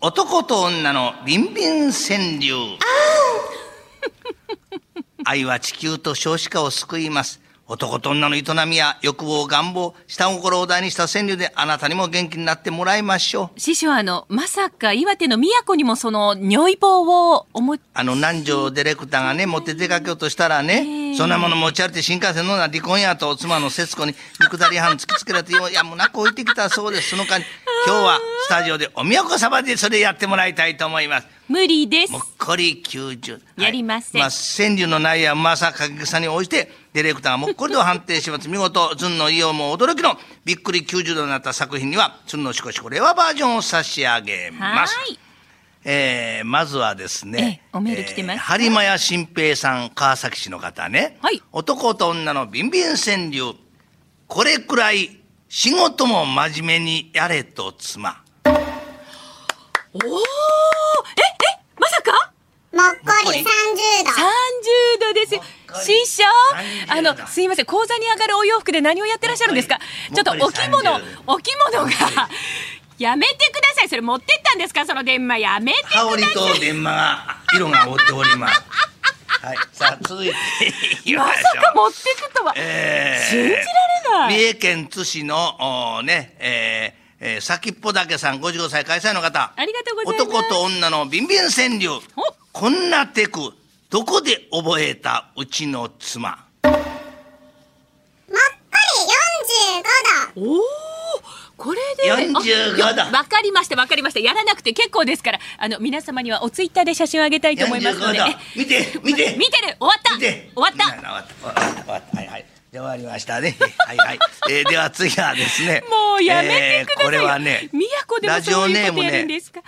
男と女のビンビン川柳。愛は地球と少子化を救います。男と女の営みや欲望、願望、下心を題にした川柳であなたにも元気になってもらいましょう。師匠、あの、まさか岩手の宮古にもその、如意棒をお持ち、あの南條ディレクターがね、持って出かけようとしたらね、そんなもの持ち歩いて新幹線のな離婚やと、妻の節子に肉だり半突きつけられて、ようやむなく置いてきたそうです。その間に、今日はスタジオでおみやこ様でそれやってもらいたいと思います。無理ですもっ。こり90。はいやりませんまあ、川柳の内容はまさかけさに応じて、ディレクターがもっこりと判定します。見事、ずんのイオも驚きの、びっくり90度になった作品には、ずんのしこしこレアバージョンを差し上げはます。ーい。えーまずはですねええ、おメール来てます張間屋新平さん、川崎市の方ね。はい男と女のビンビン川柳。これくらい仕事も真面目にやれと妻。おーえ、え、まさかもっこり30 30度。度ですよもっこ。り師匠30、度あの、すいません、講座に上がるお洋服で何をやってらっしゃるんですかちもっょっとこりお着物もっこり、お着物が、やめてください。それ持ってったんですかその電話、やめてくだ羽織さい。と電話が、色が覆っております。はい。さあ、続いていきまましょう。さか持ってくとは、えー信じられない三重県津市の、おーね、えーえー先っぽだけさん55歳会社の方。ありがとうございます男と女のビンビン川柳。こんなテク、どこで覚えたうちの妻。もっこり45度。おおこれで45あだよわかりましたわかりましたやらなくて結構ですからあの皆様にはおツイッターで写真をあげたいと思いますので45え度見て、見て。見てる終わった見て終わっみんなたの終わった。終わった。終わった。はいはい。で終わりましたね。はいはい。 えーでは次はですね。もうやめてくださえーいよ、これはね、宮古でもそうラジオいネうーこムとやるんねで、すか、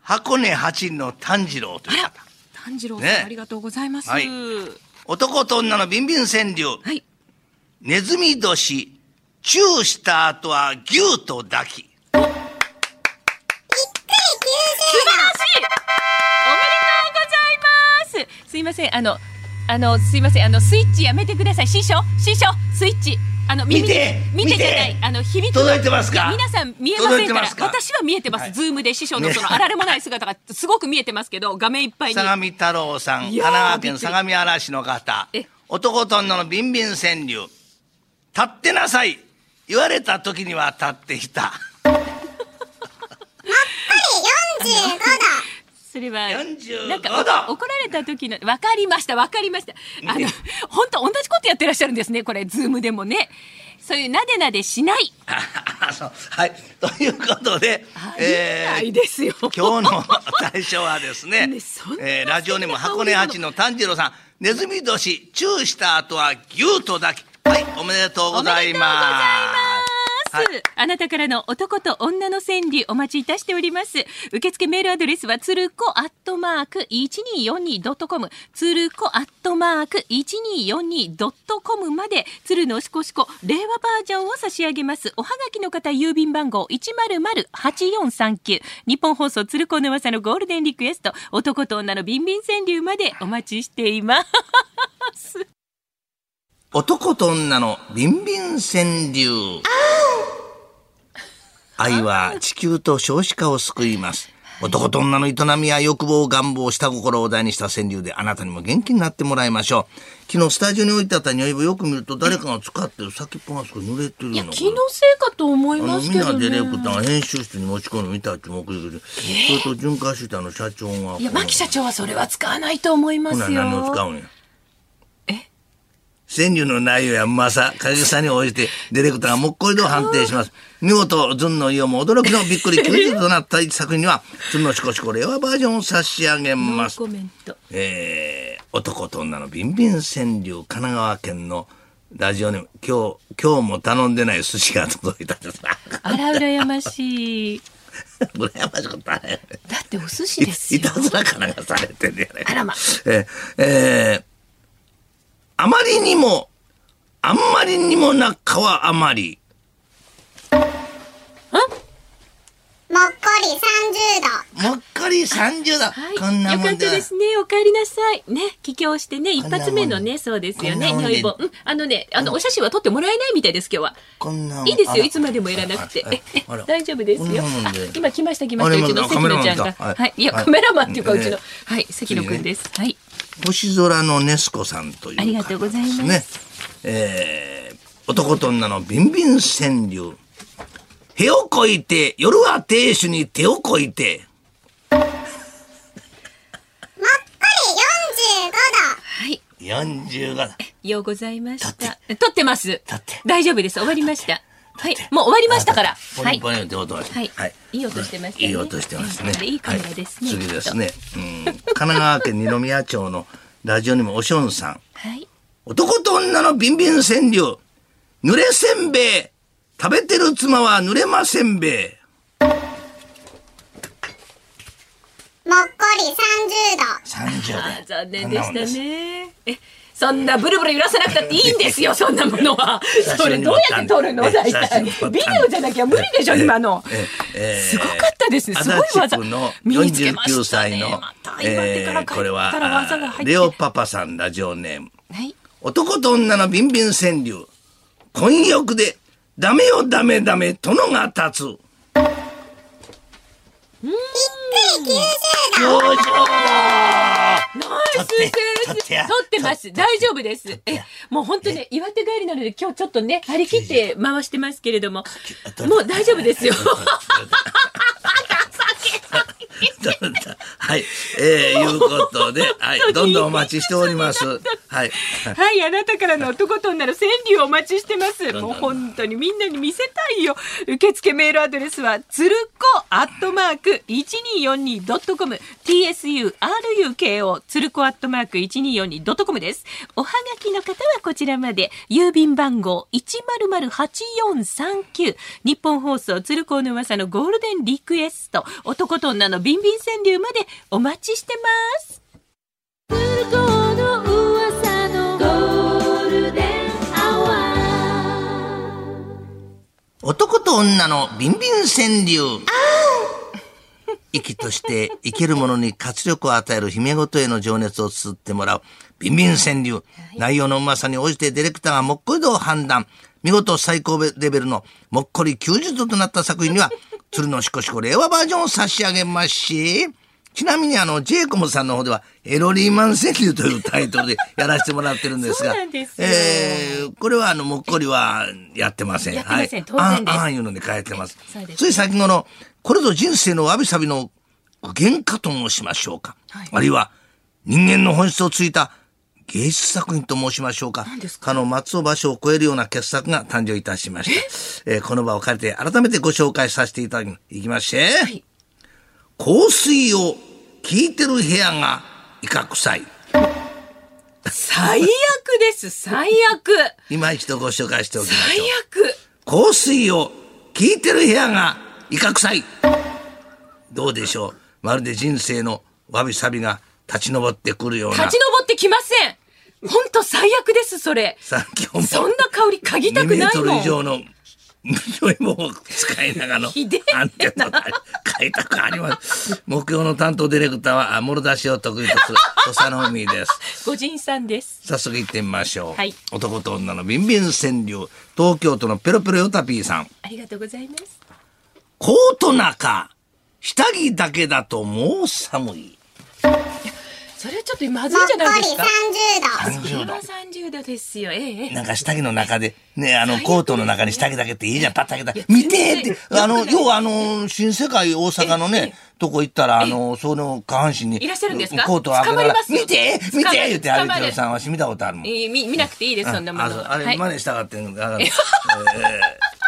箱根八里の炭治郎というあら方。炭治郎さん、ねありがとうございます、はいは男と女のビンビン川柳。いネズミ年、チューした後は牛と抱き。素晴らしいおめでとうございますすいませんあのあのすいませんあのスイッチやめてください師匠師匠スイッチあの耳に見て見てじゃない見てあの響く届いてますかいや皆さん見えま届せいんてかまらすか私は見えてます、はいズームで師匠のそのねあられもない姿がすごく見えてますけど画面いっぱいに相模太郎さん、神いやー奈川県びっくり相模原市の方え。男と女のビンビン川柳。立ってなさい。言われた時には立っていた。もっこり45度。それは45なんかお怒られた時のわかりましたわかりましたあの本当同じことやってらっしゃるんですねこれズームでもねそういうなでなでしない あそうはい。ということで、ありええなーいですよ、今日の対象はです ねねそんなえーラジオネーム素敵な箱根八の炭治郎さんネズミ年チューした後は牛と抱きはいおめでとうございますおめでとうございますあなたからの男と女の川柳お待ちいたしております。受付メールアドレスはつるこアットマーク 1242.com つるこアットマーク 1242.com までつるのしこしこ令和バージョンを差し上げます。おはがきの方郵便番号100-8439日本放送つるこの噂のゴールデンリクエスト男と女のビンビン川柳までお待ちしています。男と女のビンビン川柳愛は地球と少子化を救います男と女の営みや欲望、願望、下心を題にした川柳であなたにも元気になってもらいましょう。昨日スタジオに置いてあった匂い棒よく見ると誰かが使ってる先っぽがすごい濡れてるの。せいかと思いあのみんなディレクターが編集室に持ち込んでみたって目的で、それと巡回してたの社長がいや、牧社長はそれは使わないと思いまほすなよ。何を使うんやえ川柳の内容やうまさ影さに応じてディレクターがもっこりと判定します見事ずんのイオも驚きのびっくり90となった一作品 にはずんのしこしこ令和バージョンを差し上げノまーすコメント。えー男と女のビンビン川柳神奈川県のラジオネーム今日今日も頼んでない寿司が届いたんですあら、羨ましい。羨ましかったねだってお寿司ですいよた。ずらからがされてるやないかあらまえーえーあまりにも、あんまりにもなかはあまり。もっこり30度。もっかり30度、はい、こんなよもかっんでたですね。お帰りなさい。ね、帰郷してね、一発目のね、そうですよね、こんなもんで尿意棒。うん、あのね、あの、お写真は撮ってもらえないみたいです、今日は。こんなもんいいですあよ、らいつまでもやらなくてあら。ええあら大丈夫ですこんなよ。もんあで今来ました、来ました、あれうちのまだ関野ちゃんカメラマンが。だはいはい、いや、はいカメラマンっていうか、ええうちの、はい、関野くんです。はい。星空のネスコさんという方ですねありがとうございますえー男と女のビンビン川柳。へをこいて、夜は亭主に手をこいて。もっこりは45度。い。 40が、ようございまし。だった撮ってますだって。大丈夫です。終わりました。はい。もう終わりましたから。ポはニいン。ポニンって音がはいいい音してましたねいい音してますね。あれいいカメラですねはい次ですね。うん神奈川県二宮町のラジオにもおしょんさん。はい。男と女のビンビン川柳。濡れせんべい。食べてる妻は濡れませんべい。もっこり30度。 30秒あー残念でしたね。え、そんなブルブル揺らさなくたっていいんですよ、そんなものは。それどうやって撮るの写真大に撮った体。んでビデオじゃなきゃ無理でしょ、今の。すすごかったですね。すごい技。の身につけま49したね。歳のまた、岩手えかーら帰これったら技がは入、って。レオパパさんラジオネーム。はい。男と女のビンビン川柳。婚欲で、ダメよダメダメ、殿が立つ。びっくり90度。表情だナイス撮って撮ってセンやス撮ってます。大丈夫です。え、もう本当ね、岩手帰りなので今日ちょっとね、張り切って回してますけれども、もう大丈夫ですよ。どうだ はい。えー、いうことで、はい。どんどんお待ちしております。はい。 はい、あなたからの男と女の川柳をお待ちしてます。どんどんもう本当にみんなに見せたいよ。受付メールアドレスは、つるこアットマーク 1242.com、tsuruko、つるこアットマーク 1242.com です。おはがきの方はこちらまで、郵便番号1008439、日本放送つるこの噂のゴールデンリクエスト、男と女のビンビン川柳までお待ちしてます。ゴールデンアワー男と女のビンビン川柳。息として生きるものに活力を与える姫ごとへの情熱を綴ってもらうビンビン川柳。内容のうまさに応じてディレクターがもっこり度を判断。見事最高レベルのもっこり90度となった作品 には、鶴のしこしこ令和バージョンを差し上げますし、ちなみにあの、ジェイコムさんの方では、エロリーマン川柳というタイトルでやらせてもらってるんですが、 そうなんですよえーこれはあの、もっこりはやってません。やってませんはい、当然ですあんあんいうので変えてます。そうですつい先頃の、これぞ人生のわびさびの原価と申しましょうか。はいあるいは、人間の本質をついた芸術作品と申しましょうか。何ですかかの松尾芭蕉を超えるような傑作が誕生いたしました。えーこの場を借りて改めてご紹介させていただきいきまして、い香水を聞いてる部屋が威嚇臭い。最悪です最悪今一度ご紹介しておきま最しょう。悪香水を聞いてる部屋が威嚇臭いどうでしょうまるで人生のわびさびが立ち上ってくるような立ち上ってきません本当最悪ですそれさあ今日そんもな香り嗅ぎた2くメなーいトルも以上んの匂いもを使いながらのひでえなアンテナが開拓あります目標の担当ディレクターはあもろ出しを得意とする土佐の海です ご人さんです早速行ってみましょう、はい男と女のビンビン川柳東京都のペロペロヨタピーさんありがとうございますコート中、下着だけだともう寒い。それはちょっとまずもいっんじゃなこいですりか30度。それは30度ですよええええなんか下着の中で、ね、あの、最悪コートの中に下着だけっていいじゃん、パッと開けたらいや見てっ全て、然あの、よくない要はあの、新世界大阪のええね、とこ行ったら、あの、その下半身に、いらっしゃるんですかコートを開けな捕まがらりま、すよ見て捕見まるて言って歩いて捕まるるさんは見たことあるもん。ええみ見なくていいですそんなもあののあはれ、い真似したがってんの あかんえー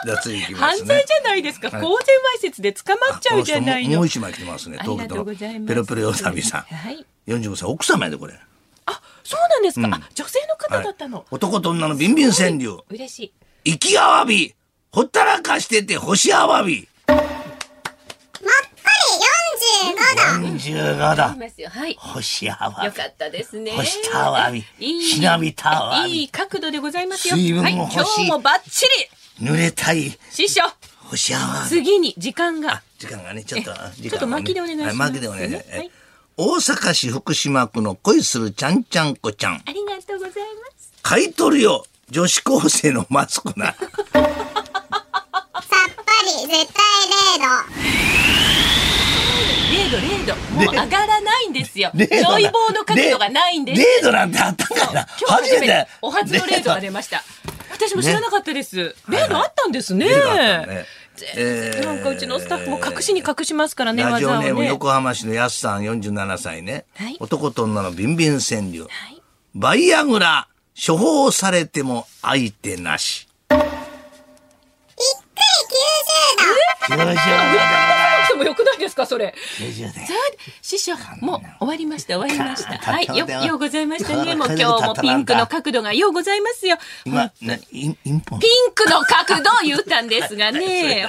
じゃあ次行きま犯すね。罪じゃないですか公然わいせつで捕まっちゃうじゃないあこの人ももう一枚の来てますね、あり東京がと都うございのますペロペロヨタビさん。はい45歳、奥様やで、これ。あ、そうなんですか。うんあ、女性の方だったの。男と女のビンビン川柳。嬉しい。生きあわび、ほったらかしてて星あわび。もっこり45度。 45あだり。ますよ。はい。よ星あわかったですね。干したわびいいしなびたわびいい角度でございますよ。水分もはい、欲しい今日もバッチリび。濡れたい師匠、星あわび。次に時間が。時間がね、ちょっと、時間がねちょっと巻きでお願いしますは巻きでお願いします。はい大阪市福島区の恋するちゃんちゃんこちゃん。ありがとうございます。買い取るよ女子高生のマスク な。さっぱり、絶対0度。零度零度もう上がらないんですよ。冷度ジなョイボーの角度がないんです。レードなんてあったか今ら。日初めてお初の零度が出まました。私も知らなかったです。はい零度あったんですね。えーなんかうちのスタッフも隠しに隠しますからね、ラジ技オをネームね。横浜市のやすさん47歳ね、はい男と女のビンビン川柳、はいバイアグラ処方されても相手なしびっくり90度。 90だでもよくないですか、それ。 90ださあ師匠、もう終わりました、終わりま した。たはい、よ、たたようございましたね。たもうた今日もたたピンクの角度がようございますよ。今ねインインポンピンクの角度を言ったんですが ね、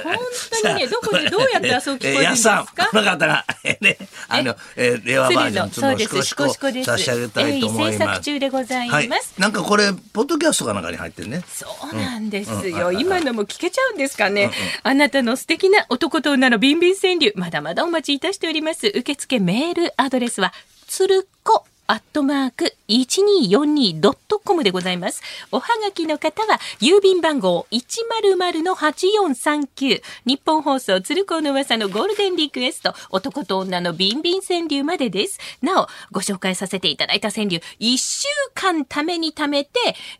本当にね、どこでどうやってそう聞こえるえーんですやっかさんこの方が、 えーね、あの、えー令和バージョンそうでつのす、しシこコしシこコです。差し上げたいと思い鋭意制ま作す。中でございます。なんかこれポッドキャストかなんかに入ってるね。そうなんですうんうんよ。今のも聞けちゃうんですかね。あなたの素敵な男と女のビンビン川柳、まだまだお待ちいたしております。受付メールアドレスは、つるこ。アットマーク 1242.com でございます。おはがきの方は、郵便番号100-8439、日本放送鶴光の噂のゴールデンリクエスト、男と女のビンビン川柳までです。なお、ご紹介させていただいた川柳、1週間ためにためて、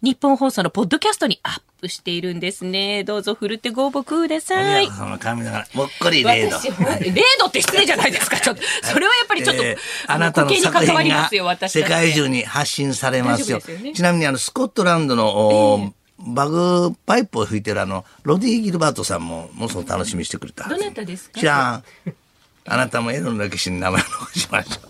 日本放送のポッドキャストにアップしているんですね。どうぞ、ふるってご応募くださ宮い田。さんの髪の毛もっこりレード。私、ほんレードって失礼じゃないですか。ちょっと、 それはやっぱりちょっと、えーああのなたの固形に作関わ品りまがすよ、私たち世界中に発信されますよ。大丈夫ですよねちなみにあのスコットランドの、おーバグパイプを吹いてるあのロディ・ギルバートさんもものすごく楽しみにしてくれたはずどなたですか知らん。あなたもエロの歴史に名前を残しました。